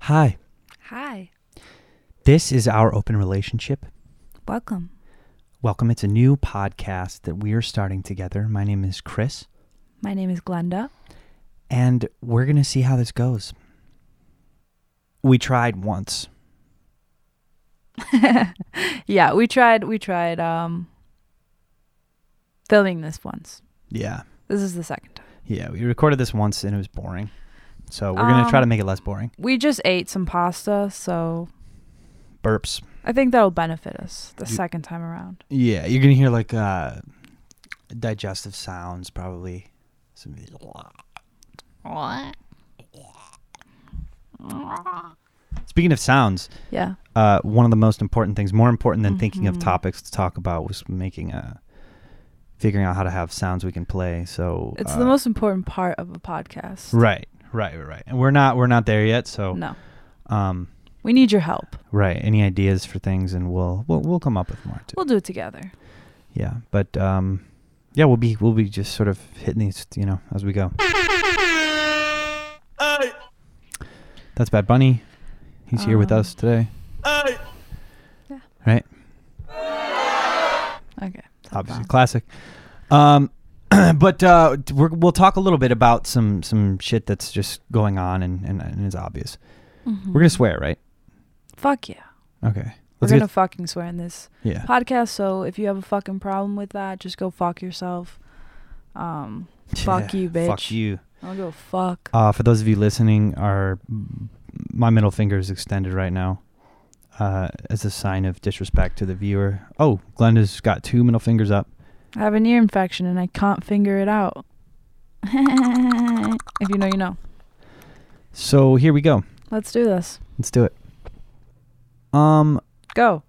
Hi, Hi, this is Our Open Relationship. welcome. Welcome. It's a new podcast that we are starting together. My name is Chris, My name is Glenda. and we're going to see how this goes. We tried once. Yeah, we tried we tried um filming this once. Yeah. This is the second time. Yeah. We recorded this once and it was boring. So we're going to try Um, to make it less boring. We just ate some pasta, so Burps. I think that'll benefit us the You- second time around. Yeah. You're going to hear like uh, digestive sounds, probably. Some, speaking of sounds, Yeah. uh, one of the most important things, more important than thinking of Mhm. topics to talk about, was making a figuring out how to have sounds we can play. So It's uh, the most important part of a podcast. right, right, right, right. And we're not we're not there yet. So No. um, We need your help. right. Any ideas for things, and we'll we'll we'll come up with more too. We'll do it together. yeah, but um, yeah, we'll be we'll be just sort of hitting these, you know, as we go. That's Bad Bunny. He's here with Um, us today. Yeah. Right. Okay. stop obviously that. classic. Um, but uh, t- we're, we'll talk a little bit about some some shit that's just going on and and, and is obvious. We're gonna Mhm. swear, right? Fuck yeah. Okay. We're Let's gonna get, fucking swear in this yeah. podcast. So if you have a fucking problem with that, just go fuck yourself. Um, fuck Yeah, you, bitch. Fuck you. I'll go fuck. Uh, for those of you listening, our my middle finger is extended right now. Uh, as a sign of disrespect to the viewer. Oh, Glenda's got two middle fingers up. I have an ear infection and I can't figure it out. if you know, you know. So here we go. Let's do this. Let's do it. Um, Go.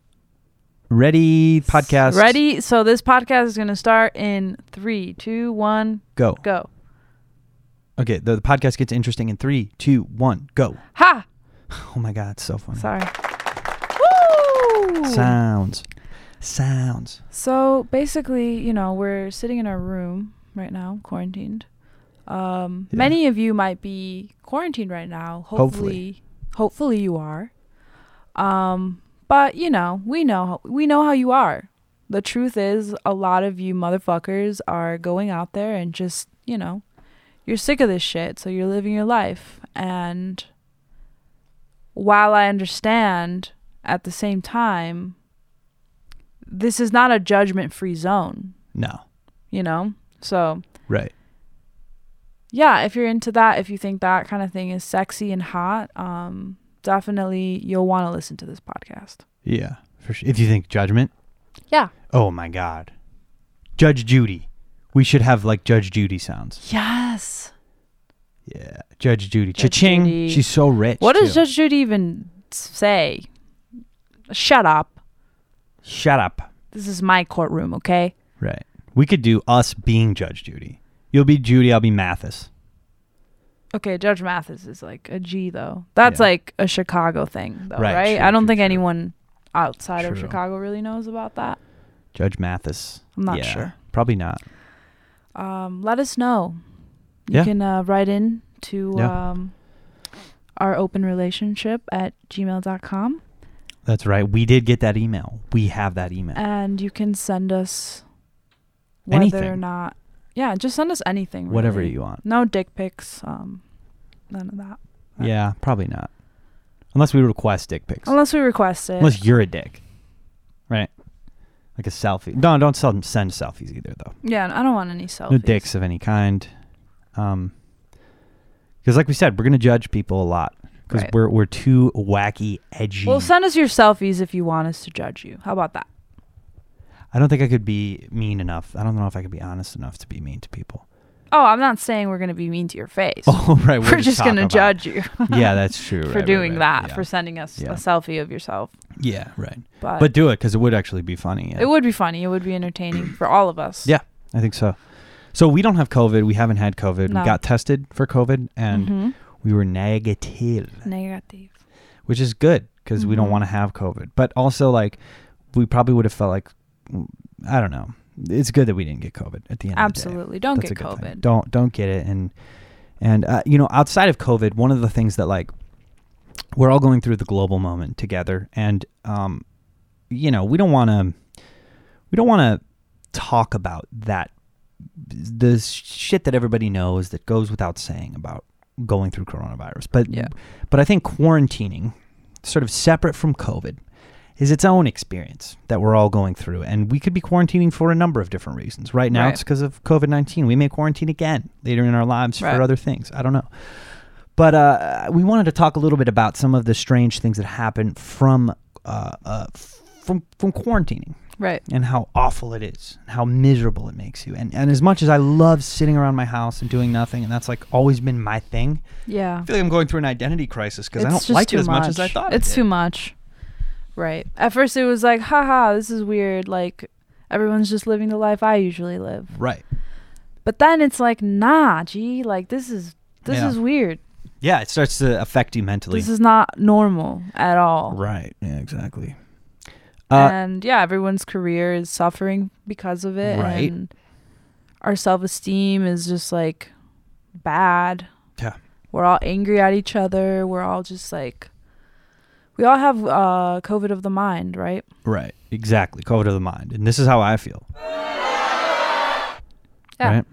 ready podcast. Ready? So this podcast is gonna start in three, two, one, Go. go. Okay. The, the podcast gets interesting in three, two, one, go. Ha! Oh my god, it's so funny. Sorry. Woo! Sounds. Sounds. So basically, you know, we're sitting in our room right now, quarantined. Um, Yeah. Many of you might be quarantined right now. Hopefully. Hopefully, hopefully, you are. Um, but you know, we know we know how you are. The truth is, a lot of you motherfuckers are going out there and just, you know, you're sick of this shit, so you're living your life. And while I understand, at the same time, this is not a judgment free zone, No. you know? So, Right. yeah, if you're into that, if you think that kind of thing is sexy and hot, um, definitely you'll want to listen to this podcast. Yeah. For sure. If you think judgment. Yeah. Oh my god. Judge Judy. We should have like Judge Judy sounds. Yes. Yeah. Judge Judy. Judge Cha-ching. Judy. She's so rich. What does too. Judge Judy even say? Shut up. Shut up. This is my courtroom, okay? Right. We could do us being Judge Judy. You'll be Judy, I'll be Mathis. Okay, Judge Mathis is like a G though. That's Yeah. like a Chicago thing though, Right, right? true, I don't true, think true. anyone outside of True. Chicago really knows about that. Judge Mathis. I'm not Yeah, sure. Probably not. um, let us know. You Yeah. can uh, write in to Yeah. um, our open relationship at gmail.com That's right. We did get that email. We have that email. and you can send us whether or Anything. not. Yeah, just send us anything. Whatever really. you want. No dick pics, um, none of that. Right. Yeah, probably not. Unless we request dick pics. Unless we request it. Unless you're a dick, right? Like a selfie. No, don't sell, send selfies either, though. yeah, I don't want any selfies. No dicks of any kind. Um, because like we said, we're gonna judge people a lot because Right. we're we're too wacky, edgy. Well, send us your selfies if you want us to judge you. How about that? I don't think I could be mean enough. I don't know if I could be honest enough to be mean to people. Oh, I'm not saying we're going to be mean to your face. Oh, right. we're just talk going to about- judge you yeah, that's true. for right, right, doing right, that, yeah. for sending us Yeah. a selfie of yourself. yeah, right. But, But do it because it would actually be funny. yeah. It would be funny. It would be entertaining for all of us. Yeah. I think so. So we don't have COVID. We haven't had COVID. No. We got tested for COVID and Mhm. we were negative. negative. which is good because we don't Mhm. want to have COVID. But also, like, we probably would have felt like, I don't know. It's good that we didn't get COVID at the end. Of Absolutely. the day. Don't That's get a good thing. COVID. Don't don't get it. And and uh, you know, outside of COVID, one of the things that like we're all going through the global moment together, and um, you know, we don't want to we don't want to talk about that the shit that everybody knows that goes without saying about going through coronavirus. But Yeah. but I think quarantining, sort of separate from COVID, is its own experience that we're all going through, and we could be quarantining for a number of different reasons. Right now, Right. it's because of COVID nineteen. We may quarantine again later in our lives Right. for other things. I don't know. But uh, we wanted to talk a little bit about some of the strange things that happen from uh, uh, from from quarantining Right. and how awful it is, and how miserable it makes you. And and as much as I love sitting around my house and doing nothing, and that's like always been my thing, Yeah. I feel like I'm going through an identity crisis because I It's don't just like it too as much, as I thought. It's I too did. much. Right. At first, it was like, haha, this is weird. Like, everyone's just living the life I usually live. Right. But then it's like, nah, gee, like this is this Yeah. is weird. Yeah, it starts to affect you mentally. This is not normal at all. right. Yeah. Exactly. Uh, and yeah, everyone's career is suffering because of it. Right. And our self esteem is just like bad. Yeah. We're all angry at each other. We're all just like, we all have uh, COVID of the mind, right? right. Exactly. COVID of the mind, and this is how I feel. Yeah. Right.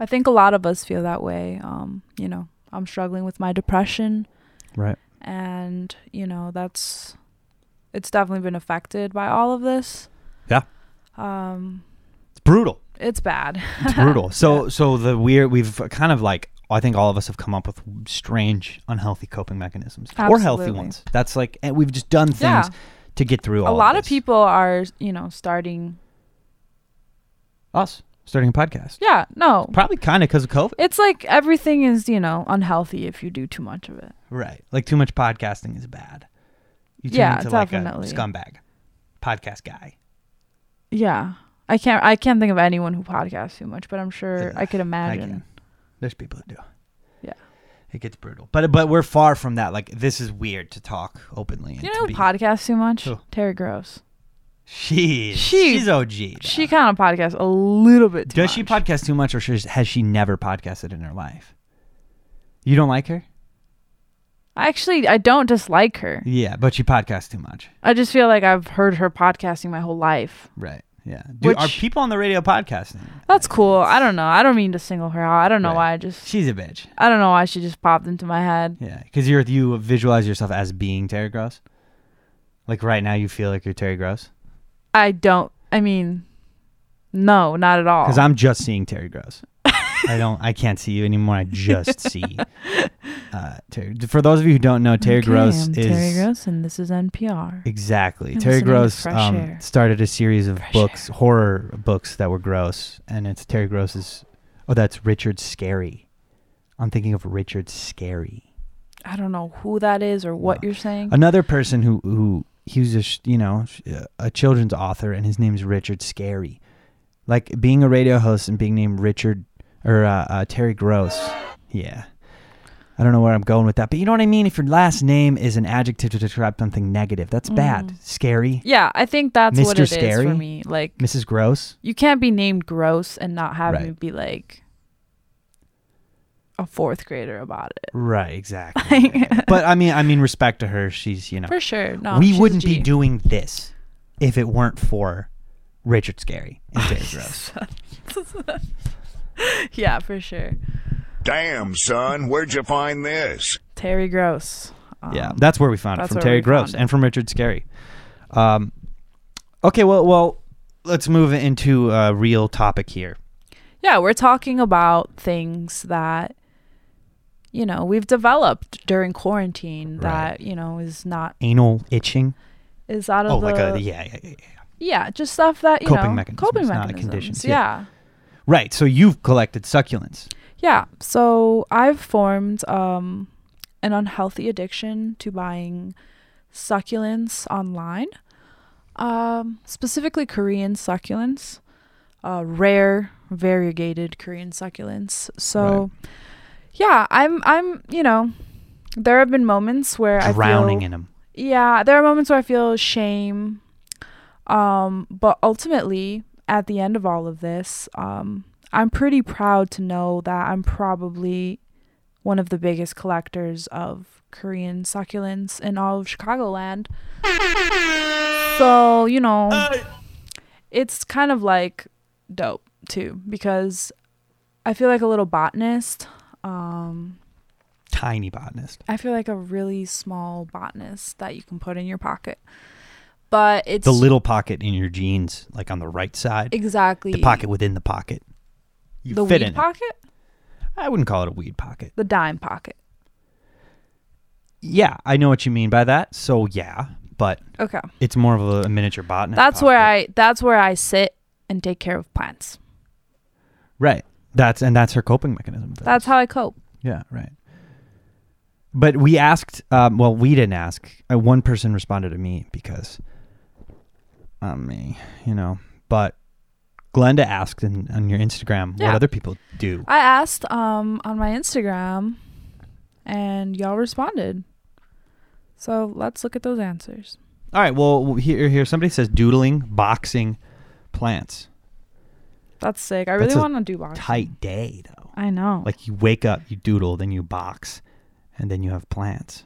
I think a lot of us feel that way. Um, you know, I'm struggling with my depression. Right. And, you know, that's, it's definitely been affected by all of this. Yeah. Um, It's brutal. it's bad. It's brutal. So so the weird we've kind of like I think all of us have come up with strange unhealthy coping mechanisms or healthy Absolutely. ones. That's like and we've just done things Yeah. to get through all a lot of this. people are, you know, starting. us starting a podcast. Yeah, no. Probably kind of because of COVID. It's like everything is, you know, unhealthy if you do too much of it. Right. Like too much podcasting is bad. You turn Yeah, into definitely. like a scumbag podcast guy. Yeah. I can't I can't think of anyone who podcasts too much, but I'm sure Yeah, I could I imagine. can. There's people who do. Yeah. It gets brutal. But but we're far from that. Like this is weird to talk openly. and You to know who be- podcasts too much? Who? Terry Gross. she's She- she's OG. She kind of podcasts a little bit too Does she much. podcast too much, or she's- has she never podcasted in her life? You don't like her? Actually, I don't dislike her. Yeah, but she podcasts too much. I just feel like I've heard her podcasting my whole life. Right. Yeah. Do, are Which- people on the radio podcasting? That's cool. I don't know. I don't mean to single her out. I don't know Right. why I just She's a bitch. I don't know why she just popped into my head. Yeah, because you're you visualize yourself as being Terry Gross. Like right now, you feel like you're Terry Gross. I don't I mean no, not at all. Because I'm just seeing Terry Gross. I don't. I can't see you anymore. I just see uh, Terry. For those of you who don't know, Terry Okay, Gross I'm is Terry Gross, and this is NPR. Exactly. I'm Terry listening to Gross Fresh um, Air. started a series of Fresh books, horror books that were gross, and it's Terry Gross's. Oh, that's Richard Scary. I'm thinking of Richard Scary, I don't know who that is or what No. you're saying. another person who who he was a sh- you know sh- a children's author, and his name's Richard Scary. Like being a radio host and being named Richard or uh, uh, Terry Gross. Yeah. I don't know where I'm going with that, but you know what I mean. If your last name is an adjective to describe something negative, that's bad. Mm. Scary, yeah, I think that's what Mr. it is Scary? for me. Like Mrs. Gross. you can't be named gross and not have Right. me be like a fourth grader about it. Right, exactly. but I mean, I mean, respect to her. She's you know, For sure. No, we she's a wouldn't be G. doing this if it weren't for Richard Scary Oh, and Terry Gross. Yeah, for sure. Damn, son, where'd you find this? Terry Gross. Um, yeah, that's where we found it that's from where Terry we Gross found it. and from Richard Scary. Um, okay, well, well, let's move into a real topic here. Yeah, we're talking about things that you know, we've developed during quarantine Right. that, you know, is not Anal itching. is out of Oh, the like a yeah, yeah, yeah, yeah. Yeah, just stuff that you Coping know, mechanisms, coping not a mechanisms. conditions, Yeah. yeah. Right. So you've collected succulents. yeah, So I've formed um, an unhealthy addiction to buying succulents online, um, specifically Korean succulents, uh, rare variegated Korean succulents. So, yeah, I'm I'm you know, there have been moments where I feel Drowning in them. yeah, there are moments where I feel shame. Um, but ultimately, at the end of all of this, um, I'm pretty proud to know that I'm probably one of the biggest collectors of Korean succulents in all of Chicagoland. So, you know, it's kind of like dope too, because I feel like a little botanist. Um, Tiny botanist. I feel like a really small botanist that you can put in your pocket. But it's The little pocket in your jeans, like on the right side, exactly the pocket within the pocket. You the fit weed in. it. pocket, I wouldn't call it a weed pocket. the dime pocket. Yeah, I know what you mean by that. So yeah, but Okay, it's more of a, a miniature botanist. that's where pocket. I that's where I sit and take care of plants. right. That's and that's her coping mechanism. for That's this. how I cope. Yeah, right. But we asked. Um, well, we didn't ask. Uh, one person responded to me because, um, me, you know. But Glenda asked in, on your Instagram Yeah. what other people do. I asked um on my Instagram, and y'all responded. So let's look at those answers. All right. Well, here, here somebody says doodling, boxing, plants. That's sick. I That's really a want to do boxing. Tight day though. I know. Like you wake up, you doodle, then you box, and then you have plants.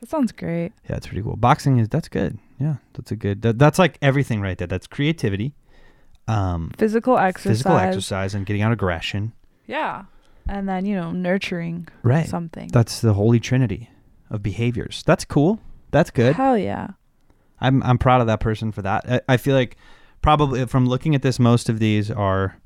that sounds great. Yeah, that's pretty cool. Boxing is that's good. Yeah, that's a good. That, that's like everything right there. That's creativity, um, Physical exercise. physical exercise, and getting out aggression. Yeah. And then, you know, nurturing Right. something. That's the holy trinity of behaviors. That's cool. That's good. Hell yeah. I'm I'm proud of that person for that. I, I feel like probably from looking at this, most of these are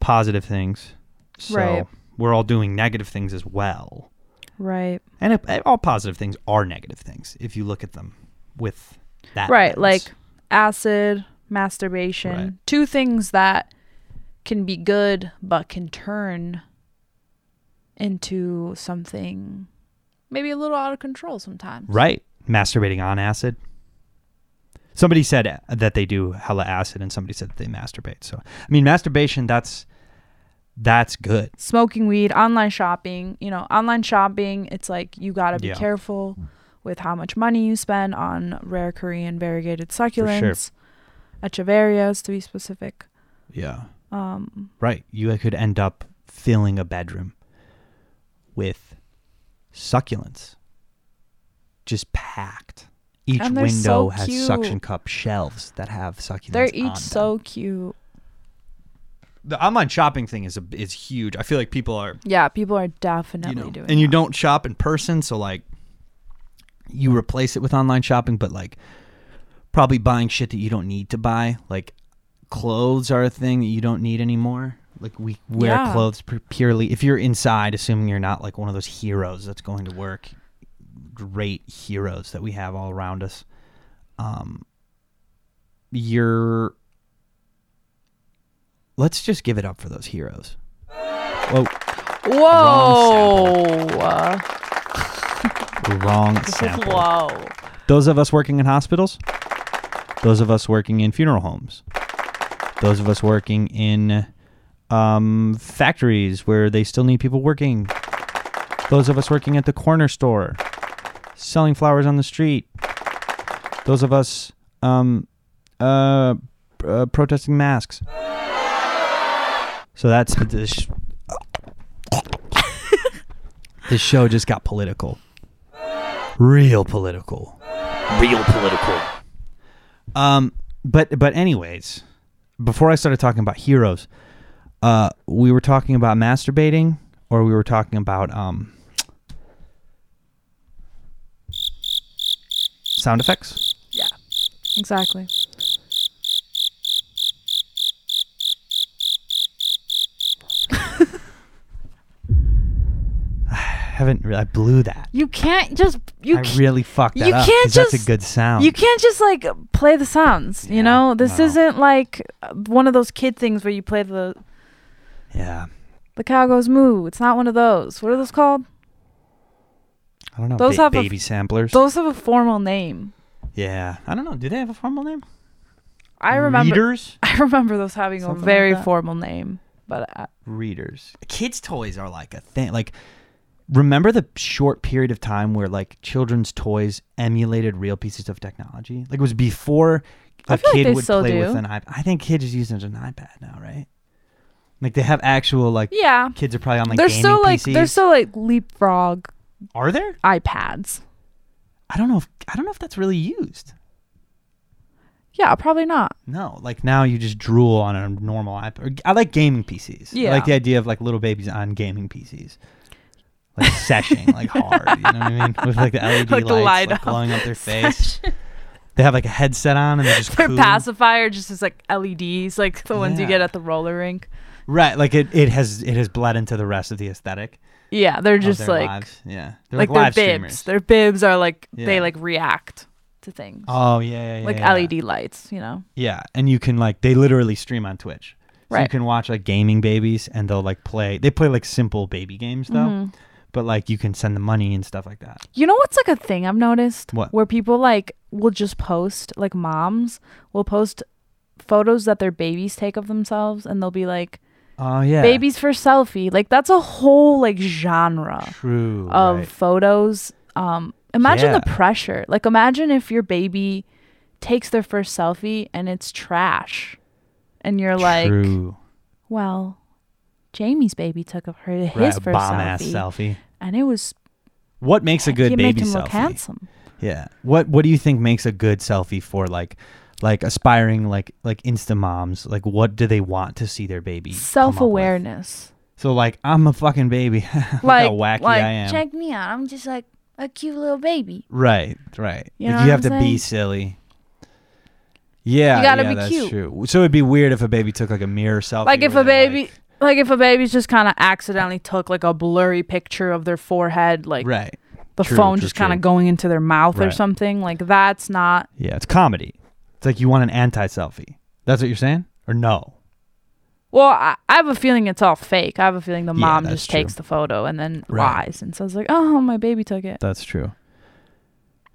positive things. So Right. we're all doing negative things as well. Right. And if- and all positive things are negative things if you look at them with that. Right. lens. Like acid, masturbation. Right. Two things that can be good but can turn into something maybe a little out of control sometimes. right, masturbating on acid. Somebody said that they do hella acid, and somebody said that they masturbate. So I mean, masturbation that's that's good. Smoking weed, online shopping, you know, online shopping, it's like you got to be Yeah. careful with how much money you spend on rare Korean variegated succulents, echeverias to be specific. Yeah. Um, Right. You could end up filling a bedroom with succulents, just packed. Each And they're window so has cute. suction cup shelves that have succulents. they're on them. each so cute. The online shopping thing is a, is huge. I feel like people are Yeah, people are you definitely know, doing. and you that. don't shop in person, so like you replace it with online shopping, but like probably buying shit that you don't need to buy. Like clothes are a thing that you don't need anymore. Like we wear Yeah. clothes pr- purely if you're inside, assuming you're not like one of those heroes that's going to work. Great heroes that we have all around us. Um, you're. Let's just give it up for those heroes. Whoa. wrong Whoa. Uh, Wrong sample. Whoa. Those of us working in hospitals, those of us working in funeral homes, those of us working in um, factories where they still need people working, those of us working at the corner store, selling flowers on the street, those of us um, uh, uh, protesting masks. So that's this. sh- this show just got political. Real political. Real political. Um, but but anyways, before I started talking about heroes, uh, we were talking about masturbating, or we were talking about um, sound effects. Yeah. Exactly. I haven't. Really, I blew that. You can't just you I ca- really fucked that you up. can't 'cause that's a just- good sound. you can't just like play the sounds, Yeah, you know? This no. isn't like uh, one of those kid things where you play the yeah. the cow goes moo. It's not one of those. What are those called? I don't know. Those ba- have a- baby samplers. Those have a formal name. yeah. I don't know. Do they have a formal name? I remember Readers. I remember those having Something a like very that. formal name, but uh, I, readers. Kids' toys are like a thing. Like, remember the short period of time where like children's toys emulated real pieces of technology? Like it was before a I feel like kid they would still play with do. an iPad. I think kids just use it as an iPad now, right? Like they have actual like Yeah. kids are probably on like they're gaming still like PCs. they're still like leapfrog are there? iPads. I don't know if I don't know if that's really used. Yeah, probably not. No, like now you just drool on a normal iPad. I like gaming PCs. I Yeah. like the idea of like little babies on gaming PCs. Like seshing, like hard. You know what I mean? With like the LED Like lights the light like, up glowing up their face. they have like a headset on and they're just Their cool. pacifier just is like LEDs, like the ones you Yeah. get at the roller rink. Right, like it, it has it has bled into the rest of the aesthetic. Yeah, they're of just their like lives. yeah, Oh, they're like, like, live their streamers. bibs. Their bibs are like they Yeah. like react to things. oh yeah, yeah, yeah like E yeah. LED lights, you know. Yeah, and you can like they literally stream on Twitch. So you Right. can watch like gaming babies and they'll like play they play like simple baby games though. Mm-hmm. But like you can send them money and stuff like that. You know what's like a thing I've noticed? What? Where people like will just post, like moms will post photos that their babies take of themselves and they'll be like, Oh yeah. babies for selfie. Like that's a whole like genre True. of right. photos. Um imagine the Yeah. pressure. Like imagine if your baby takes their first selfie and it's trash. And you're like, True. well, Jamie's baby took of her his Right, a first bomb selfie, ass selfie. and it was What makes a good you baby make him selfie? look handsome. Yeah. What what do you think makes a good selfie for like like aspiring like like insta moms? Like what do they want to see their baby? come up with? Self awareness. So like I'm a fucking baby. Look like, how wacky like, I am. check me out. I'm just like a cute little baby. Right, right. You You, like know you what have I'm to be saying? silly. Yeah, You gotta yeah, be that's cute. true. So it'd be weird if a baby took like a mirror selfie. Like if where a they're, baby, like, if a baby's just kind of accidentally took like a blurry picture of their forehead, like right? the True, phone true, just kind true. of going into their mouth or Right. something. Like that's not. Yeah, it's comedy. It's like you want an anti-selfie. That's what you're saying, or no? Well, I, I have a feeling it's all fake. I have a feeling the Yeah, mom that's just takes true. the photo and then Right. lies and says like, "Oh, my baby took it." That's true. you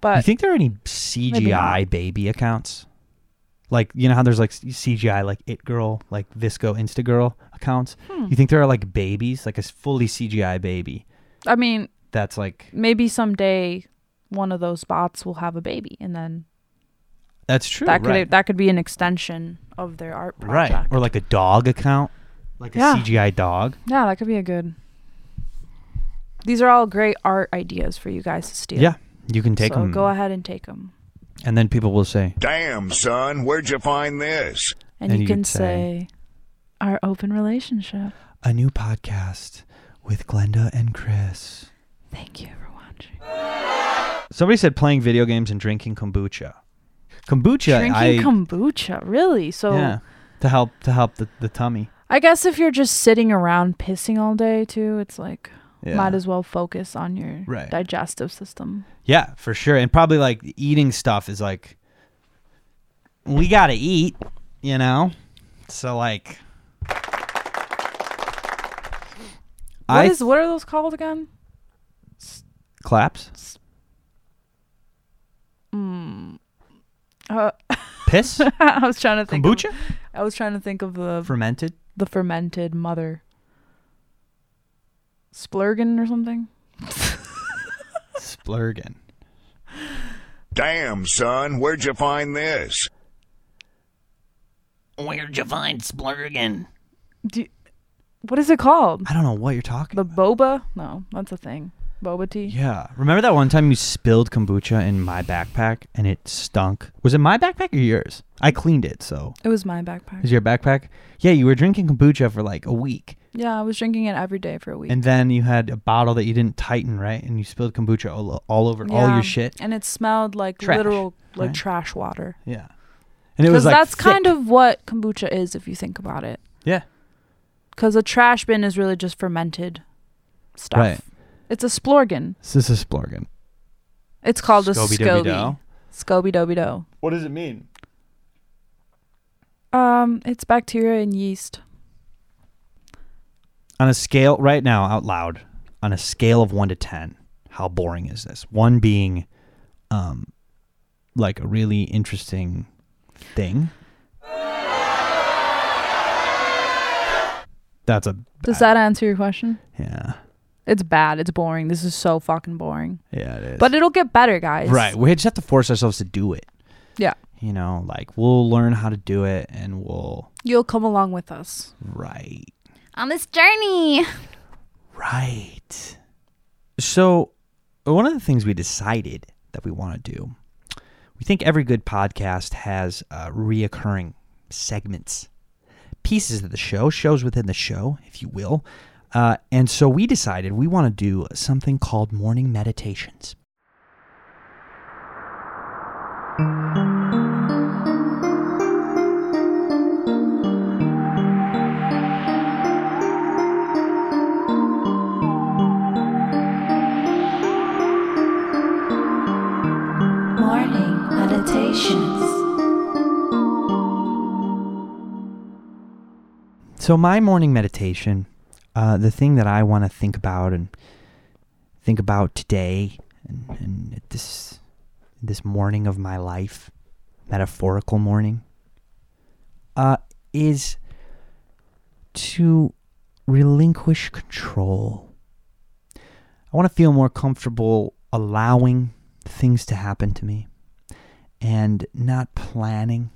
But think there are any CGI baby accounts? Like you know how there's like CGI like it girl like visco insta girl accounts. Hmm. You think there are like babies like a s- fully CGI baby I mean, that's like maybe someday one of those bots will have a baby, and then that's true that could right. that could be an extension of their art project. Right. Or like a dog account. Like a Yeah. CGI dog. Yeah, that could be a good. These are all great art ideas for you guys to steal. Yeah. You can take so them. go ahead and take them, And then people will say, Damn, son, where'd you find this? and, And you, you can could say- say, "Our open relationship." a new podcast with Glenda and Chris. Thank you for watching. Somebody said playing video games and drinking kombucha. Kombucha, Drinking I, kombucha, really? So yeah, to help to help the, the tummy. I guess if you're just sitting around pissing all day too, it's like Yeah. might as well focus on your Right. digestive system. yeah, for sure. And probably like eating stuff is like, we gotta eat, you know. So like, What I is what are those called again? claps Mm. Uh, piss I was trying to think. of- kombucha I was trying to think of the fermented. the fermented mother. Splurgen or something. Splurgin. Damn, son, where'd you find this? Where'd you find Splurgin? Do you- what is it called? I don't know what you're talking. The boba? No, that's a thing. Boba tea. yeah, remember that one time you spilled kombucha in my backpack and it stunk. Was it my backpack or yours? I cleaned it, so It was my backpack. is your backpack? Yeah, you were drinking kombucha for like a week, Yeah, I was drinking it every day for a week. and then you had a bottle that you didn't tighten right, and you spilled kombucha all, all over all Yeah, your shit. And it smelled like Trash, literal like right? trash water. Yeah, and it was Because like that's kind of what kombucha is if you think about it. yeah, Because a trash bin is really just fermented stuff. Right. It's a splorgan. this is Splurgin. It's called a scoby. Scobie-doby-doe. Scoby doby do. What does it mean? Um, it's bacteria and yeast. On a scale right now, out loud, on a scale of one to ten, how boring is this? One being, um, like a really interesting thing. That's a Does that answer your question? yeah, It's bad. It's boring. This is so fucking boring. yeah, it is. But it'll get better, guys. right, we just have to force ourselves to do it. Yeah. You know, like we'll learn how to do it, and we'll You'll come along with us. right. on this journey. Right. So, one of the things we decided that we want to do, we think every good podcast has uh, reoccurring segments, pieces of the show, shows within the show, if you will. Uh, and so we decided we want to do something called morning meditations. Morning Meditations. So my morning meditation, uh, the thing that I want to think about and think about today and, and at this this morning of my life, metaphorical morning, uh, is to relinquish control. I want to feel more comfortable allowing things to happen to me and not planning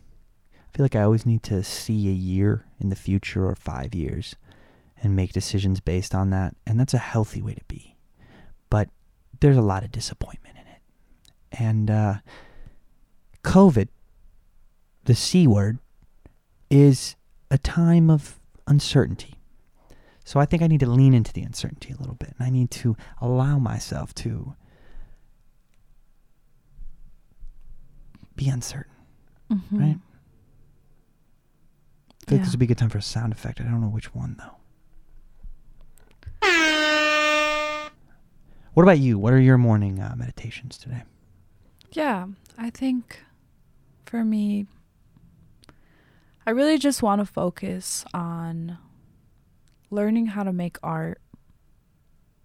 I feel like I always need to see a year in the future or five years and make decisions based on that. And that's a healthy way to be. But there's a lot of disappointment in it. And uh, COVID, the C word, is a time of uncertainty. So I think I need to lean into the uncertainty a little bit. And I need to allow myself to be uncertain, Mhm. right? I feel like Yeah. this would be a good time for a sound effect. I don't know which one though. What about you? What are your morning uh, meditations today? Yeah, I think for me, I really just want to focus on learning how to make art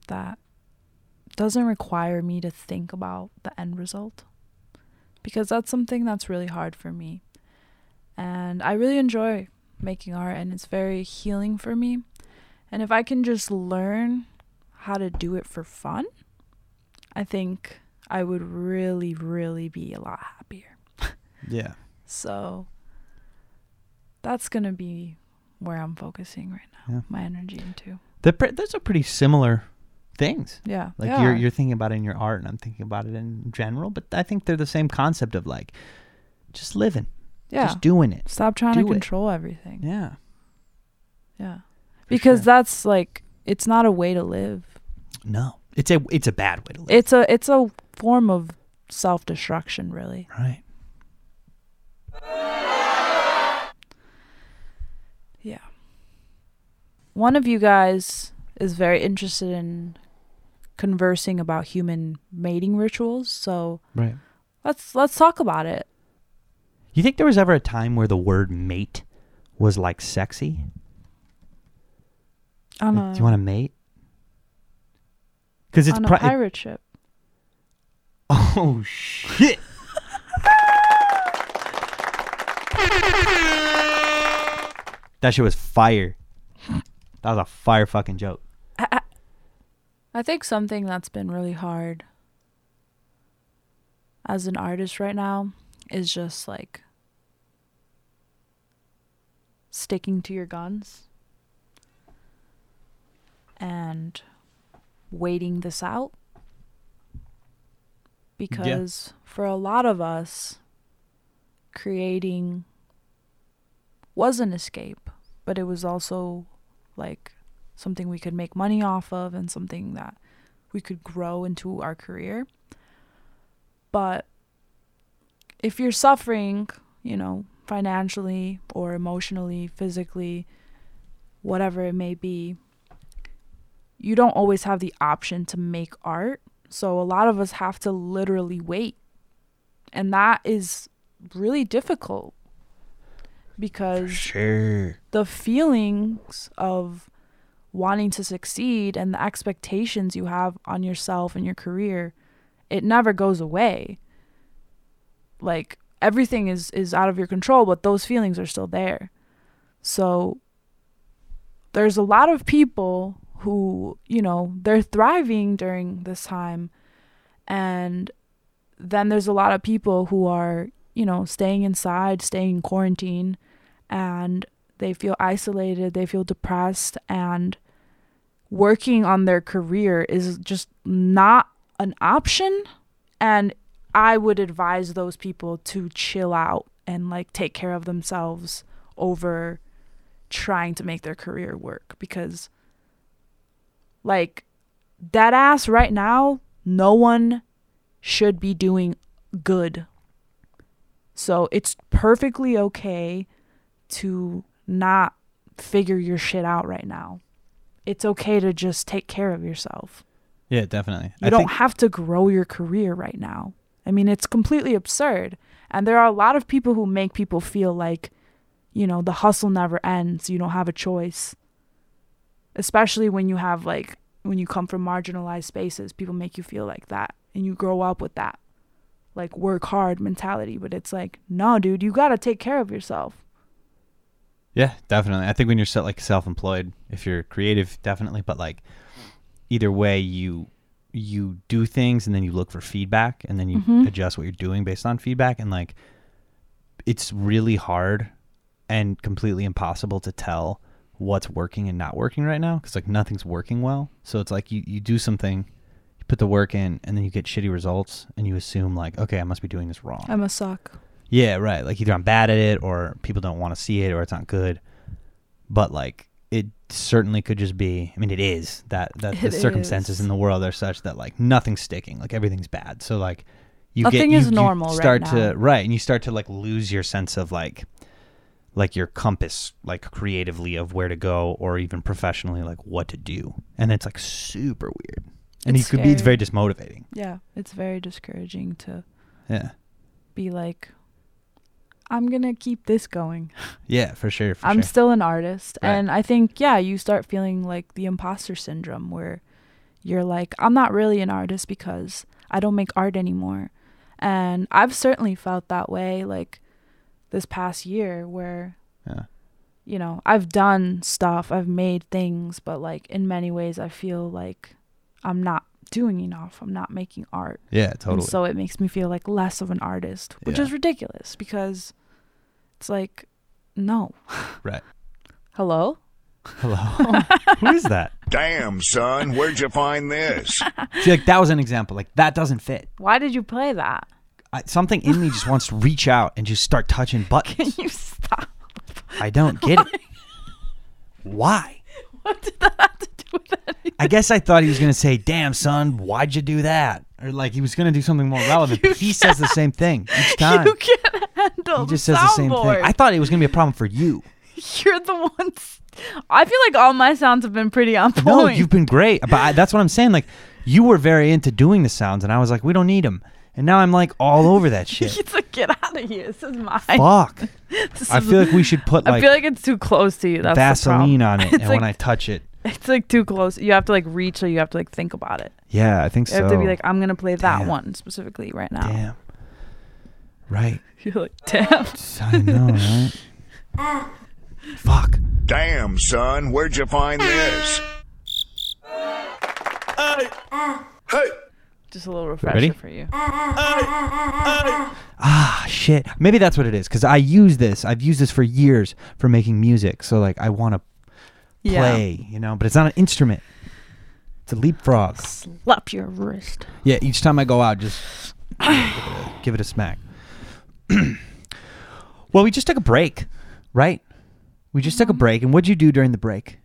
that doesn't require me to think about the end result because that's something that's really hard for me. And I really enjoy making art and it's very healing for me. And if I can just learn how to do it for fun, I think I would really, really be a lot happier. Yeah. So that's going to be where I'm focusing right now, Yeah. my energy into. The pre- those are pretty similar things. Yeah. Like yeah. you're you're thinking about it in your art, and I'm thinking about it in general. But I think they're the same concept of like just living, yeah. just doing it. Stop trying to do it. control everything. Yeah. Yeah. for Because sure. that's like, it's not a way to live. no, it's a it's a bad way to live. It's a, it's a form of self destruction, really. right. Yeah. One of you guys is very interested in conversing about human mating rituals. So Right. let's, let's talk about it. You think there was ever a time where the word mate was like sexy? On Like, a, do you want to mate? Because it's on a pri- it- pirate ship. oh shit. that shit was fire. That was a fire fucking joke. I think something that's been really hard as an artist right now is just like sticking to your guns and waiting this out. Because for a lot of us, creating was an escape, but it was also like something we could make money off of and something that we could grow into our career. But if you're suffering, you know, financially or emotionally, physically, whatever it may be, you don't always have the option to make art. So a lot of us have to literally wait. And that is really difficult because Sure. the feelings of wanting to succeed and the expectations you have on yourself and your career it never goes away like everything is is out of your control but those feelings are still there so there's a lot of people who you know they're thriving during this time and then there's a lot of people who are you know staying inside staying in quarantine and They feel isolated, they feel depressed, and working on their career is just not an option. And I would advise those people to chill out and like take care of themselves over trying to make their career work because, like, that ass right now, no one should be doing good. So it's perfectly okay to not figure your shit out right now. It's okay to just take care of yourself. Yeah, definitely. You don't have to grow your career right now. I mean, it's completely absurd. And there are a lot of people who make people feel like, you know, the hustle never ends. You don't have a choice. Especially when you have, like, when you come from marginalized spaces, people make you feel like that. And you grow up with that, like, work hard mentality. But it's like, no, dude, you got to take care of yourself. Yeah, definitely. I think when you're se- like self-employed, if you're creative, definitely. But like, either way, you you do things and then you look for feedback and then you adjust what you're doing based on feedback. And like, it's really hard and completely impossible to tell what's working and not working right now because like nothing's working well. So it's like you you do something, you put the work in, and then you get shitty results, and you assume like, okay, I must be doing this wrong. I'm a suck. Yeah, right. Like either I'm bad at it or people don't want to see it or it's not good. But like it certainly could just be I mean it is that that the It circumstances is. in the world are such that like nothing's sticking, like everything's bad. So like you Nothing get you, is you normal right start now. to right and you start to like lose your sense of like like your compass like creatively of where to go or even professionally like what to do. And it's like super weird. And It's it could be it's scary. very dismotivating. Yeah, it's very discouraging to Yeah. be like, I'm going to keep this going. Yeah, for sure. For I'm sure. still an artist. Right. And I think, yeah, you start feeling like the imposter syndrome where you're like, I'm not really an artist because I don't make art anymore. And I've certainly felt that way like this past year where, Yeah. you know, I've done stuff, I've made things, but like in many ways, I feel like I'm not doing enough, I'm not making art. yeah, And totally. so it makes me feel like less of an artist, which Yeah. is ridiculous because it's like, no. Right. Hello? Hello. Who is that? Damn, son, where'd you find this? See, like that was an example. Like that doesn't fit. Why did you play that? I, something in me just wants to reach out and just start touching Can buttons. you stop? I don't get it. Why? What did that have to do with anything? I guess I thought he was gonna say, "Damn, son, why'd you do that?" Or like he was gonna do something more relevant. but he says the same thing each time. You can't handle Ah. he just the says the same thing. soundboard. I thought it was gonna be a problem for you. You're the ones. I feel like all my sounds have been pretty on point. No, you've been great, but I, that's what I'm saying. Like you were very into doing the sounds, and I was like, "We don't need them." And now I'm like all over that shit. It's like, get out of here. This is mine. Fuck. This I is- feel like we should put I like, feel like it's too close to you. That's Vaseline the problem. on it, It's and when I like- touch it, It's like too close. You have to like reach or you have to like think about it. Yeah, I think You so. have to be like, "Ah." I'm gonna play that Damn. one specifically right now. damn. Right. You're like, damn. I know, right? Fuck. Damn, son, where'd you find this? Just a little refresher Ready? for you. Ah, shit. Maybe that's what it is. Cause I use this. I've used this for years for making music. So like, I want to Yeah. play, you know. But it's not an instrument. It's a leapfrog. Slap your wrist. Yeah. Each time I go out, just give it a, give it a smack. well, we just took a break, right? We just Mm-hmm. took a break. And what'd you do during the break?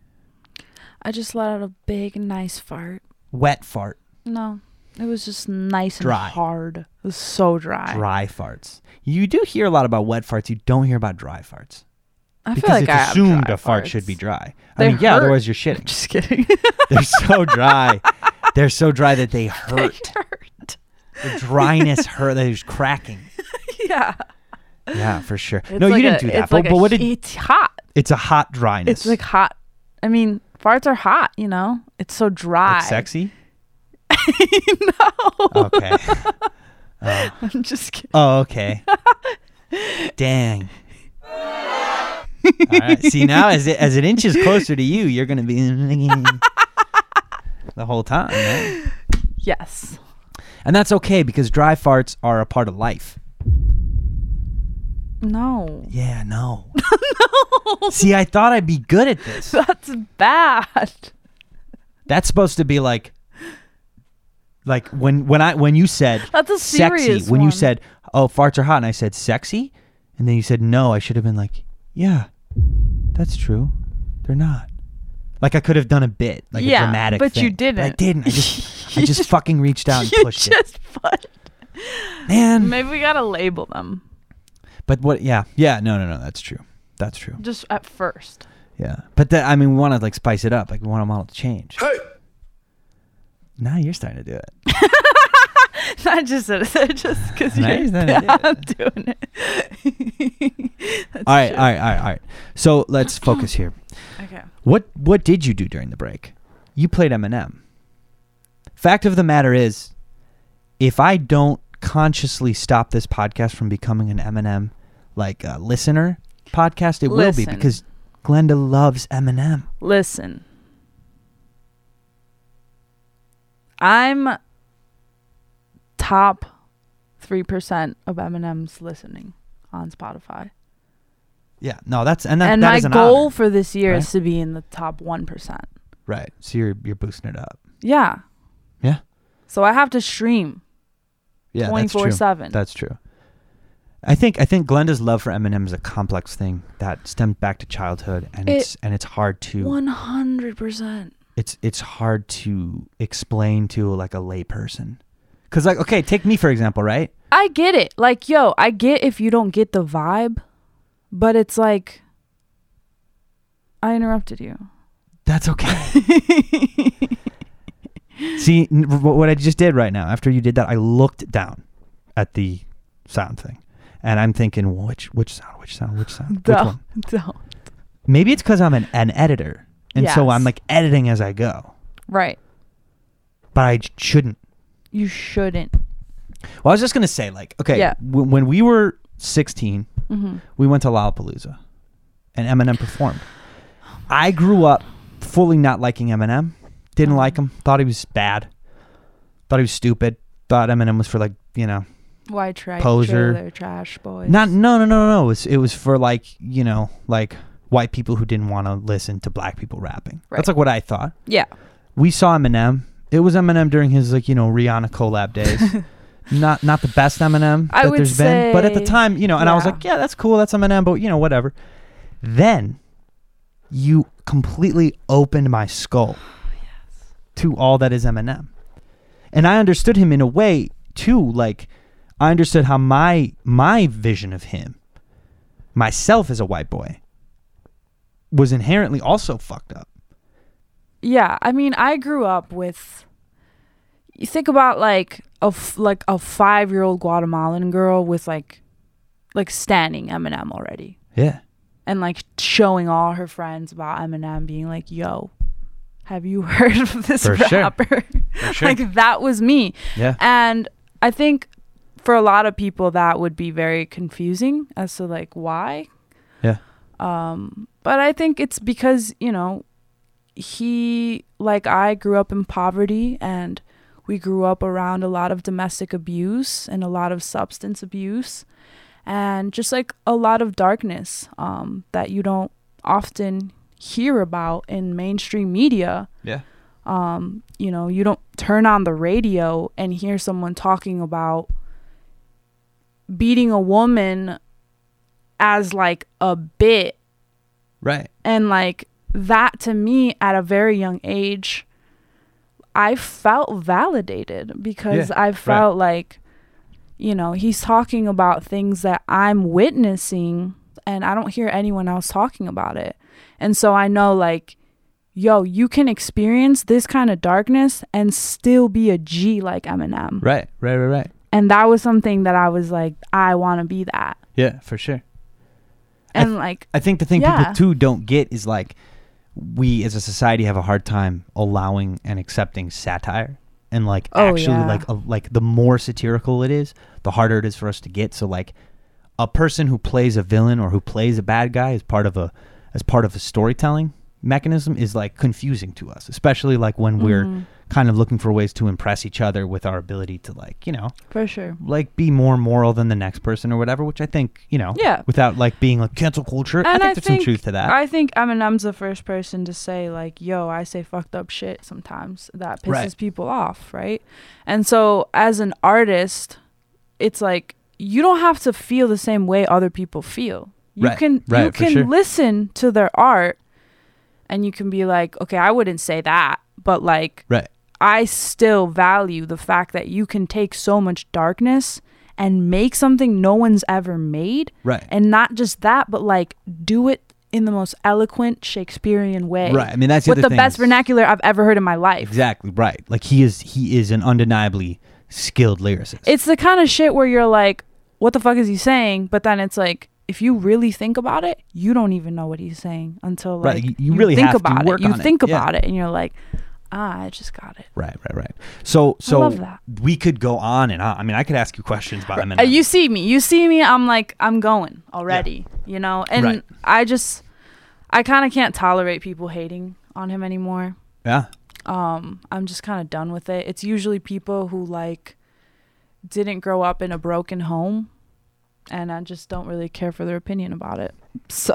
I just let out a big nice fart. Wet fart. No. It was just nice Dry. and hard. It was so dry. dry farts. You do hear a lot about wet farts. You don't hear about dry farts I feel because like it's I have assumed dry a fart farts. should be dry. I They mean, yeah, hurt. otherwise you're shitting. Just kidding. They're so dry. They're so dry that they They hurt. hurt. The dryness hurt. They're just cracking. Yeah. Yeah, for sure. It's no, you like didn't a- do that. it's But, like a but what did? he- It's hot. It's a hot dryness. It's like hot. I mean, farts are hot. You know, it's so dry. Like sexy. no, Okay. I'm just kidding. oh, okay. Dang. All right. See now, as it as it inches closer to you, you're gonna be the whole time. Right? Yes. And that's okay because dry farts are a part of life. No. Yeah, no. See, I thought I'd be good at this. That's bad. That's supposed to be like, like when when I when you said That's a sexy serious when you one. said oh farts are hot and I said sexy, and then you said no, I should have been like yeah, that's true, they're not. Like I could have done a bit, like Yeah, a dramatic. but you thing, I didn't. didn't. I just I You just just- fucking reached out and you pushed it, just put. man. Maybe we gotta label them But what? Yeah, yeah. No, no, no. That's true. That's true. just at first. Yeah. But that, I mean, we want to like spice it up. Like we want them all to change. Hey! Now you're starting to do it. I just said it just because you're Now you're starting to do it. I'm doing it. That's All right, true. all right, all right, all right. So let's focus here. Okay. What what did you do during the break? You played Eminem. Fact of the matter is, if I don't consciously stop this podcast from becoming an Eminem like uh, listener podcast, it will be Listen. because Glenda loves Eminem. Listen. I'm top 3% of Eminem's listening on Spotify. Yeah, no, that's and that, and that my is an goal honor. for this year right? is to be in the top 1%. right. So you're you're boosting it up. Yeah. Yeah, So I have to stream yeah, that's true. 24/7. That's true. I think I think Glenda's love for Eminem is a complex thing that stemmed back to childhood, and It- it's and it's hard to 100%. it's it's hard to explain to like a layperson. Cause like okay, take me for example, right? I get it. Like, yo, I get if you don't get the vibe, but it's like I interrupted you. That's okay. See n- wh- what I just did right now. After you did that, I looked down at the sound thing, and I'm thinking which which sound, which sound, which sound, which one. Don't. Don't. Maybe it's because I'm an, an editor, and so Yes. I'm like editing as I go. Right. But I j- shouldn't. You shouldn't. Well, I was just gonna say, like, okay, Yeah. w- when we were 16 we went to Lollapalooza, and Eminem performed. I grew up fully not liking Eminem. Mm-hmm. Didn't like him. Thought he was bad. Thought he was stupid. Thought Eminem was for like you know Why try Poser. trailer trash boys? not no no no no. It was it was for like you know like white people who didn't want to listen to black people rapping. That's Right. like what I thought. Yeah. we saw Eminem. It was Eminem during his like you know Rihanna collab days. not not the best Eminem I that would there's been, but at the say- time you know, and I was yeah. like, yeah, that's cool, that's Eminem, but you know whatever. Then you completely opened my skull to all that is Eminem, and I understood him in a way too. Like I understood how my my vision of him, myself as a white boy, was inherently also fucked up. Yeah. I mean, I grew up with. You think about like a f- like a five year old Guatemalan girl with like, like standing Eminem already, Yeah. and like showing all her friends about Eminem, being like, "Yo, have you heard of this For sure. rapper?" sure. like that was me. Yeah. And I think for a lot of people that would be very confusing as to like why. Yeah. But I think it's because, you know, he like I grew up in poverty and we grew up around a lot of domestic abuse and a lot of substance abuse and just like a lot of darkness um, that you don't often hear about in mainstream media Yeah. you know, you don't turn on the radio and hear someone talking about beating a woman as like a bit. Right. And like that to me at a very young age, I felt validated because Yeah, I right. felt like, you know, he's talking about things that I'm witnessing and I don't hear anyone else talking about it. And so I know like yo, you can experience this kind of darkness and still be a G like Eminem. Right. Right. Right. Right. And that was something that I was like, I want to be that. Yeah, for sure. And like, I think the thing Yeah. people too don't get is like we as a society have a hard time allowing and accepting satire and like Oh, actually yeah. like a, like the more satirical it is, the harder it is for us to get. So like a person who plays a villain or who plays a bad guy as part of a Mm-hmm. as part of a storytelling mechanism is like confusing to us, especially like when we're kind of looking for ways to impress each other with our ability to like, you know, for sure. like be more moral than the next person or whatever, which I think, you know, Yeah. without like being like cancel culture. I think there's some truth to that. I think I mean I'm the first person to say like, "Yo, I say fucked up shit sometimes that pisses Right. people off," right? And so as an artist, it's like you don't have to feel the same way other people feel. You Right, can you right, for can sure. listen to their art, and you can be like, "Okay, I wouldn't say that," but like right. I still value the fact that you can take so much darkness and make something no one's ever made. Right. And not just that, but like do it in the most eloquent Shakespearean way. Right. I mean, that's the with other the thing best is- vernacular I've ever heard in my life. Exactly. Right. Like he is he is an undeniably skilled lyricist. It's the kind of shit where you're like, what the fuck is he saying? But then it's like, if you really think about it, you don't even know what he's saying until like Right, you- you really think have to about work it. You on it, think yeah. about it, and you're like, ah, I just got it. right, right, right. So so love that. we could go on and on. I mean, I could ask you questions about Eminem. Uh, you see me. You see me. I'm like, I'm going already, you know? And Right. I just, I kind of can't tolerate people hating on him anymore. yeah. Um, I'm just kind of done with it. It's usually people who like didn't grow up in a broken home. And I just don't really care for their opinion about it. So,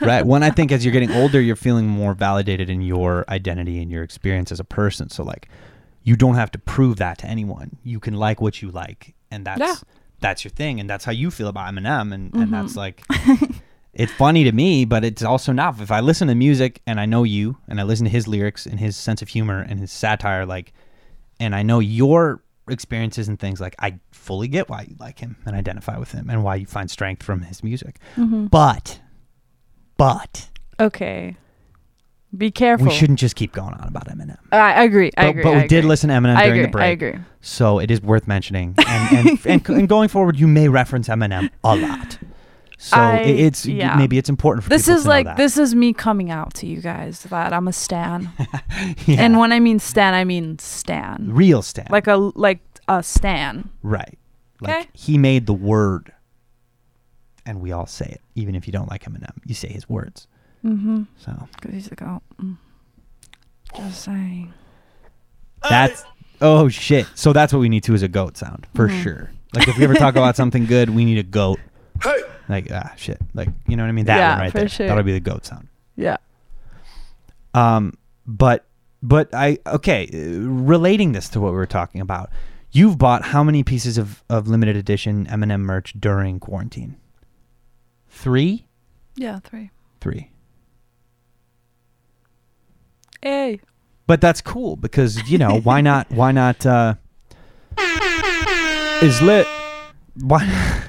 right. One, I think as you're getting older, you're feeling more validated in your identity and your experience as a person. So like, you don't have to prove that to anyone. You can like what you like, and that's that's your thing, and that's how you feel about Eminem, and and that's like. It's funny to me, but it's also not. If I listen to music and I know you, and I listen to his lyrics and his sense of humor and his satire, like, and I know your experiences and things, like, I fully get why you like him and identify with him and why you find strength from his music. But, but okay. Be careful. we shouldn't just keep going on about Eminem. I agree. I but, agree. but we I did agree. listen to Eminem I during the agree, break. I agree. So it is worth mentioning. And and, and, and going forward, you may reference Eminem a lot. So I- i- it's yeah. maybe it's important for This people is to know like that. this is me coming out to you guys that I'm a stan. Yeah. And when I mean stan, I mean stan. real stand Like a like a stan. right like Okay. he made the word and we all say it even if you don't like Eminem you say his words mm-hmm. so Cause he's like, oh, mm. just saying. Uh, That's oh shit. So that's what we need to is a goat sound for Mm-hmm. sure. Like if we ever talk about something good, we need a goat. Like ah shit. Like you know what I mean? That Yeah, one right for there. sure. That'll be the goat sound. Yeah. Um, but but I okay. uh, Relating this to what we were talking about, you've bought how many pieces of of limited edition Eminem merch during quarantine? Three, Yeah, three. three. Hey. But that's cool because you know why not? Why not? Uh, is lit. Why?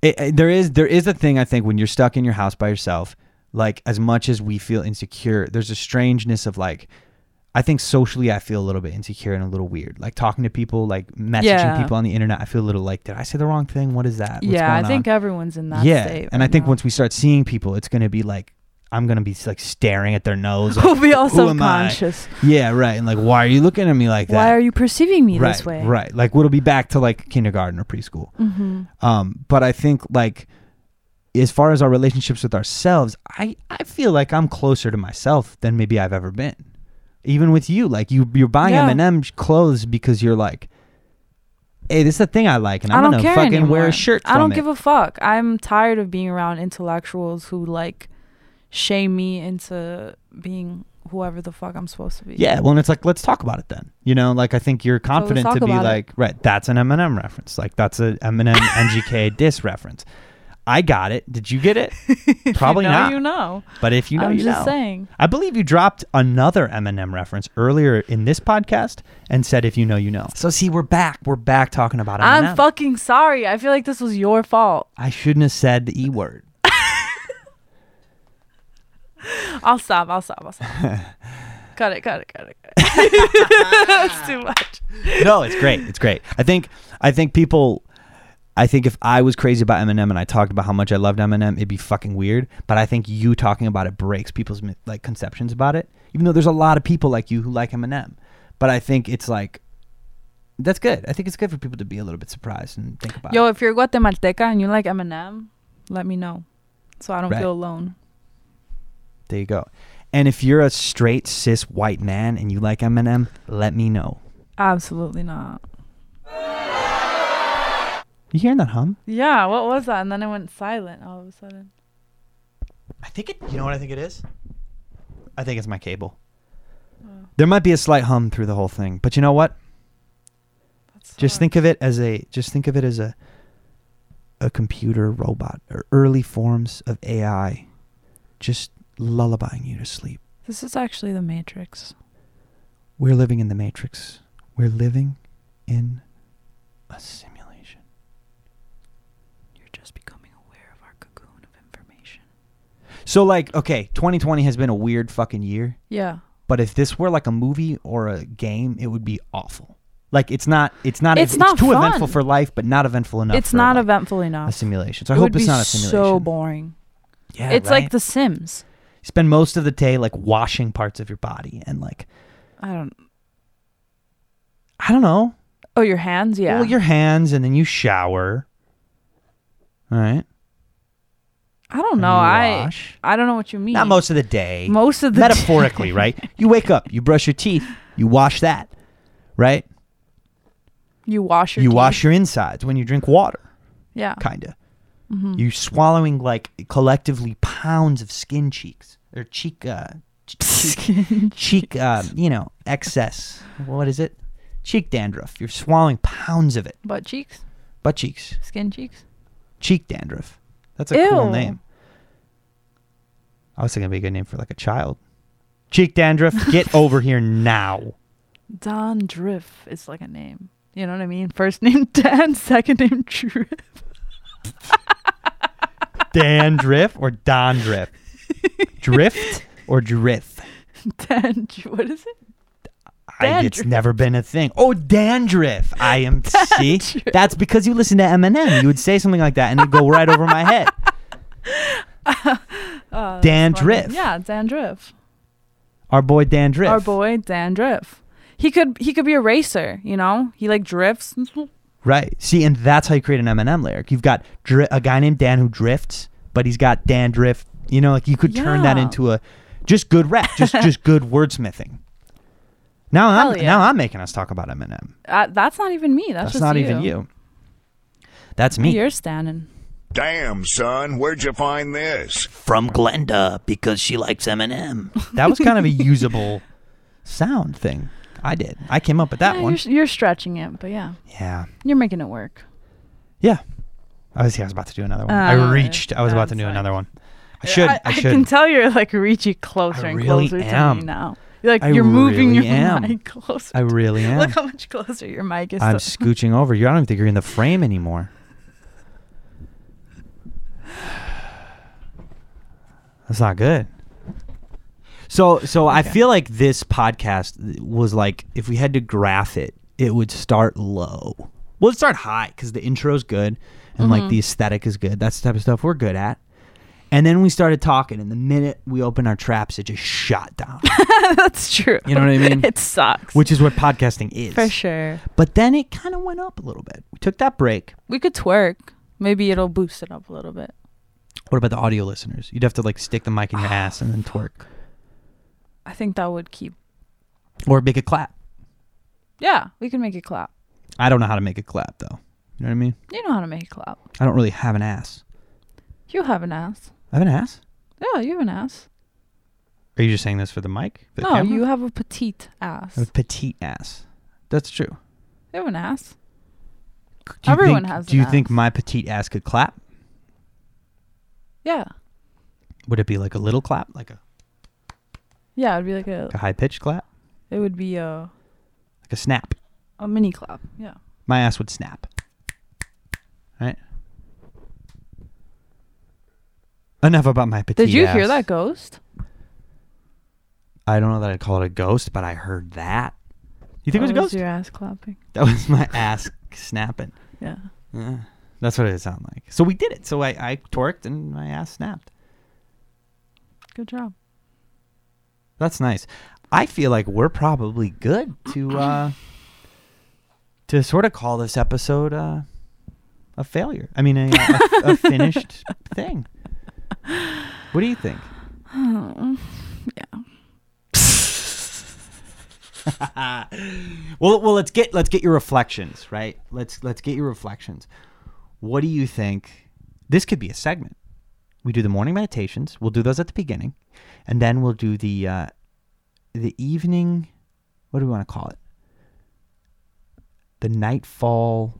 It, it- there is there is a thing I think when you're stuck in your house by yourself. Like as much as we feel insecure, there's a strangeness of like. I think socially, I feel a little bit insecure and a little weird. Like talking to people, like messaging Yeah. people on the internet, I feel a little like, did I say the wrong thing? What is that? What's yeah, I going on? think everyone's in that yeah, state. and I right think now. once we start seeing people, it's gonna be like, I'm gonna be like staring at their nose. like, we'll be all who am I? subconscious. Yeah, right. And like, why are you looking at me like that? Why are you perceiving me right, this way? Right. Like, we'll be back to like kindergarten or preschool. Mm-hmm. Um, but I think like, as far as our relationships with ourselves, I I feel like I'm closer to myself than maybe I've ever been. Even with you, like you you're buying Yeah. M&M clothes because you're like, hey, this is the thing I like, and I'm I don't gonna care fucking anymore. wear a shirt. I don't give a fuck. I'm tired of being around intellectuals who like shame me into being whoever the fuck I'm supposed to be. Yeah, well, and it's like let's talk about it then. You know, like I think you're confident talk to be about it. like, right, that's an Eminem reference. Like that's an Eminem MGK diss reference. I got it. Did you get it? Probably you know, not. You know. But if you know, I'm you just know. saying. I believe you dropped another Eminem reference earlier in this podcast and said, "If you know, you know." So see, we're back. We're back talking about Eminem. I'm fucking sorry. I feel like this was your fault. I shouldn't have said the e word. I'll stop. I'll stop. I'll stop. cut it. Cut it. Cut it. Cut it. That's too much. no, it's great. It's great. I think I think people I think if I was crazy about Eminem and I talked about how much I loved Eminem, it'd be fucking weird. But I think you talking about it breaks people's mi- like conceptions about it. Even though there's a lot of people like you who like Eminem, but I think it's like that's good. I think it's good for people to be a little bit surprised and think about Yo, it. if you're Guatemalteca and you like Eminem, let me know, so I don't Right. feel alone. There you go. And if you're a straight cis white man and you like Eminem, let me know. Absolutely not. You hearing that hum? Yeah, what was that? And then it went silent all of a sudden. I think it. You know what I think it is? I think it's my cable. There might be a slight hum through the whole thing, but you know what? That's Just think of it as a. Just think of it as a. A computer robot or early forms of AI, just lullabying you to sleep. This is actually the Matrix. We're living in the Matrix. We're living in a simulation. You're just becoming aware of our cocoon of information. So, like, okay, 2020 has been a weird fucking year. Yeah. but if this were like a movie or a game, it would be awful. Like it's not, it's not, It's not too fun. eventful for life, but not eventful enough. it's for, not like, eventful a enough. simulation. So I it hope would it's be not a simulation. so boring. yeah, it's like right? The Sims. spend most of the day like washing parts of your body and like I don't. I don't know, Oh, your hands? Yeah. well your hands and then you shower. All right, I don't know. And you I wash. I don't know what you mean. not most of the day. Most of the metaphorically, right? You wake up, you brush your teeth, you wash that, right? You wash your. you teeth. wash your insides when you drink water. Yeah. kind of. You're swallowing like collectively pounds of skin cheeks or cheek, uh, ch- cheek, cheek, uh, you know, excess. What is it? Cheek dandruff. You're swallowing pounds of it. Butt cheeks, Butt cheeks. skin cheeks. Cheek dandruff. That's a cool Ew. name. I was thinking it'd be a good name for like a child. Cheek dandruff. Get over here now. Don Driff is like a name. You know what I mean? First name Dan, second name Driff. Dandruff or dandruff. Drift or drift. Dan, Dr- what is it? I, it's Dandruff. never been a thing. Oh, dandruff. I am. See, Dandruff. that's because you listen to Eminem. You would say something like that, and it'd go right over my head. dandruff. Uh, Yeah, Dan Driff. Our boy dandruff. Our boy Dan Driff. He could he could be a racer. You know, he like drifts. Uh, Right. See, and that's how you create an Eminem lyric. You've got dri- a guy named Dan who drifts, but he's got dandruff. You know, like you could turn that Yeah. into a just good rap, just just good wordsmithing. Now I'm Hell yeah. now I'm making us talk about Eminem. Uh, that's not even me. That's, That's, just not even you. That's me. You're standing. Damn, son, where'd you find this? From Glenda because she likes Eminem. That was kind of a usable sound thing. I did. I came up with that Yeah, one. You're, you're stretching it, but yeah, Yeah. you're making it work. Yeah. I was, I was about to do another one. I Uh, reached. I was about to I'm do sorry. another one. I should. I, I should. can tell you're like reaching closer I and really closer to am. me now. You're like I you're moving really your am. mic closer. I really am. Look how much closer your mic is. I'm to- scooching over you. I don't even think you're in the frame anymore. That's not good. So, so I feel like this podcast was like if we had to graph it, it would start low. Well, it'd start high because the intro's good and Mm-hmm. like the aesthetic is good. That's the type of stuff we're good at. And then we started talking, and the minute we opened our traps, it just shot down, That's true. You know what I mean? it sucks. which is what podcasting is. for sure. But then it kind of went up a little bit. We took that break. We could twerk. Maybe it'll boost it up a little bit. What about the audio listeners? You'd have to like stick the mic in your ass and then twerk, I think that would keep. or make a clap. Yeah, we can make it clap. I don't know how to make a clap though. You know what I mean? You know how to make it clap. I don't really have an ass. You have an ass. I have an ass. Yeah, you have an ass. Are you just saying this for the mic? For the no, camera? you have a petite ass. I have a petite ass. That's true. You have an ass. Do you Everyone think, has Do an you think ass. my petite ass could clap? Yeah. Would it be like a little clap, like a, Yeah, it'd be like a. like a high pitched clap, It would be a like a snap? a mini clap. Yeah. My ass would snap. Right. Enough about my petite. Did you hear ass. that ghost? I don't know that I'd call it a ghost, but I heard that. You think it was That a ghost? Oh, your ass clapping. that was my ass snapping. Yeah. Yeah. That's what it sounded like. So we did it. So I, I torqued and my ass snapped. Good job. That's nice. I feel like we're probably good to uh, to sort of call this episode uh, a failure. I mean, a, a, a finished thing. What do you think? yeah. well, well, let's get let's get your reflections, right? Let's let's get your reflections. What do you think? This could be a segment. We do the morning meditations. We'll do those at the beginning, and then we'll do the uh, the evening. What do we want to call it? The nightfall.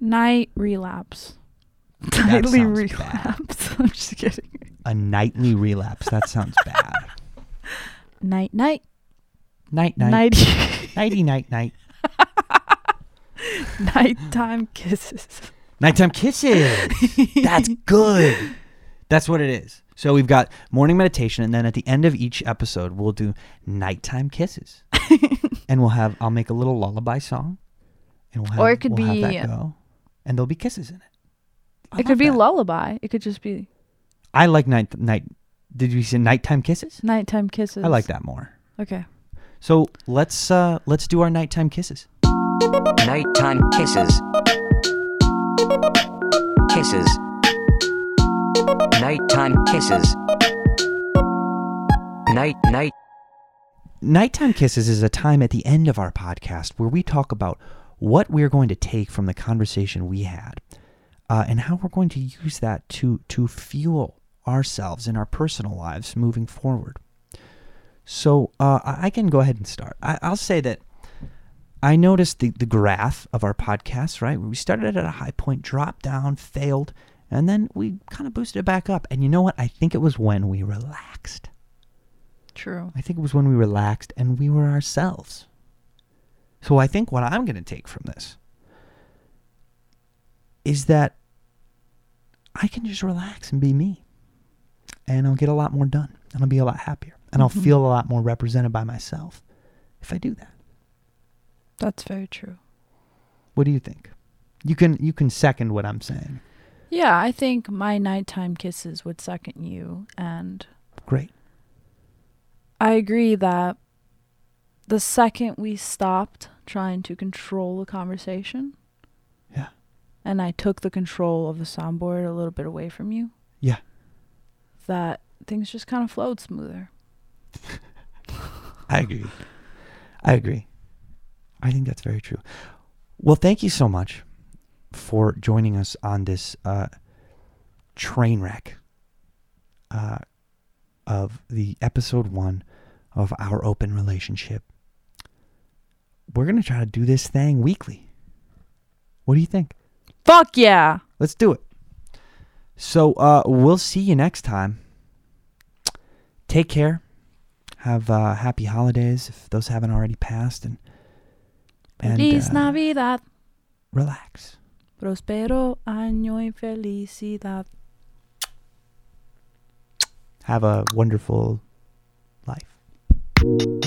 Night relapse. That Nightly sounds bad. relapse. I'm just kidding. A nightly relapse. That sounds bad. Night night. night night. Night Nighty night night. nighttime kisses. Nighttime kisses. That's good. That's what it is. So we've got morning meditation, and then at the end of each episode, we'll do nighttime kisses, and we'll have I'll make a little lullaby song, and we'll have Or it could we'll have be- that go, and there'll be kisses in it. I it love could be that. lullaby. It could just be I like night night. Did you say nighttime kisses? nighttime kisses. I like that more. Okay. So let's uh let's do our nighttime kisses. Nighttime kisses. Kisses. Nighttime kisses. Night, night. Nighttime Kisses is a time at the end of our podcast where we talk about what we're going to take from the conversation we had uh, and how we're going to use that to, to fuel ourselves in our personal lives moving forward. So uh, I I can go ahead and start. I, I'll say that I noticed the, the graph of our podcast, right? We started at a high point, dropped down, failed, and then we kind of boosted it back up. And you know what? I think it was when we relaxed. True. I think it was when we relaxed and we were ourselves. So I think what I'm going to take from this is that I can just relax and be me. And I'll get a lot more done and I'll be a lot happier and I'll feel a lot more represented by myself if I do that. That's very true. What do you think? You can you can second what I'm saying. Yeah, I think my nighttime kisses would second you and Great. I agree that the second we stopped trying to control the conversation Yeah. and I took the control of the soundboard a little bit away from you, Yeah. that things just kind of flowed smoother. I agree. I agree. I think that's very true. Well, thank you so much for joining us on this uh, train wreck uh, of the episode one of our open relationship. We're going to try to do this thing weekly. What do you think? Fuck yeah. Let's do it. So uh, we'll see you next time. Take care. Have uh, happy holidays if those haven't already passed, and and Feliz uh, Navidad. relax. Prospero año y felicidad. Have a wonderful life.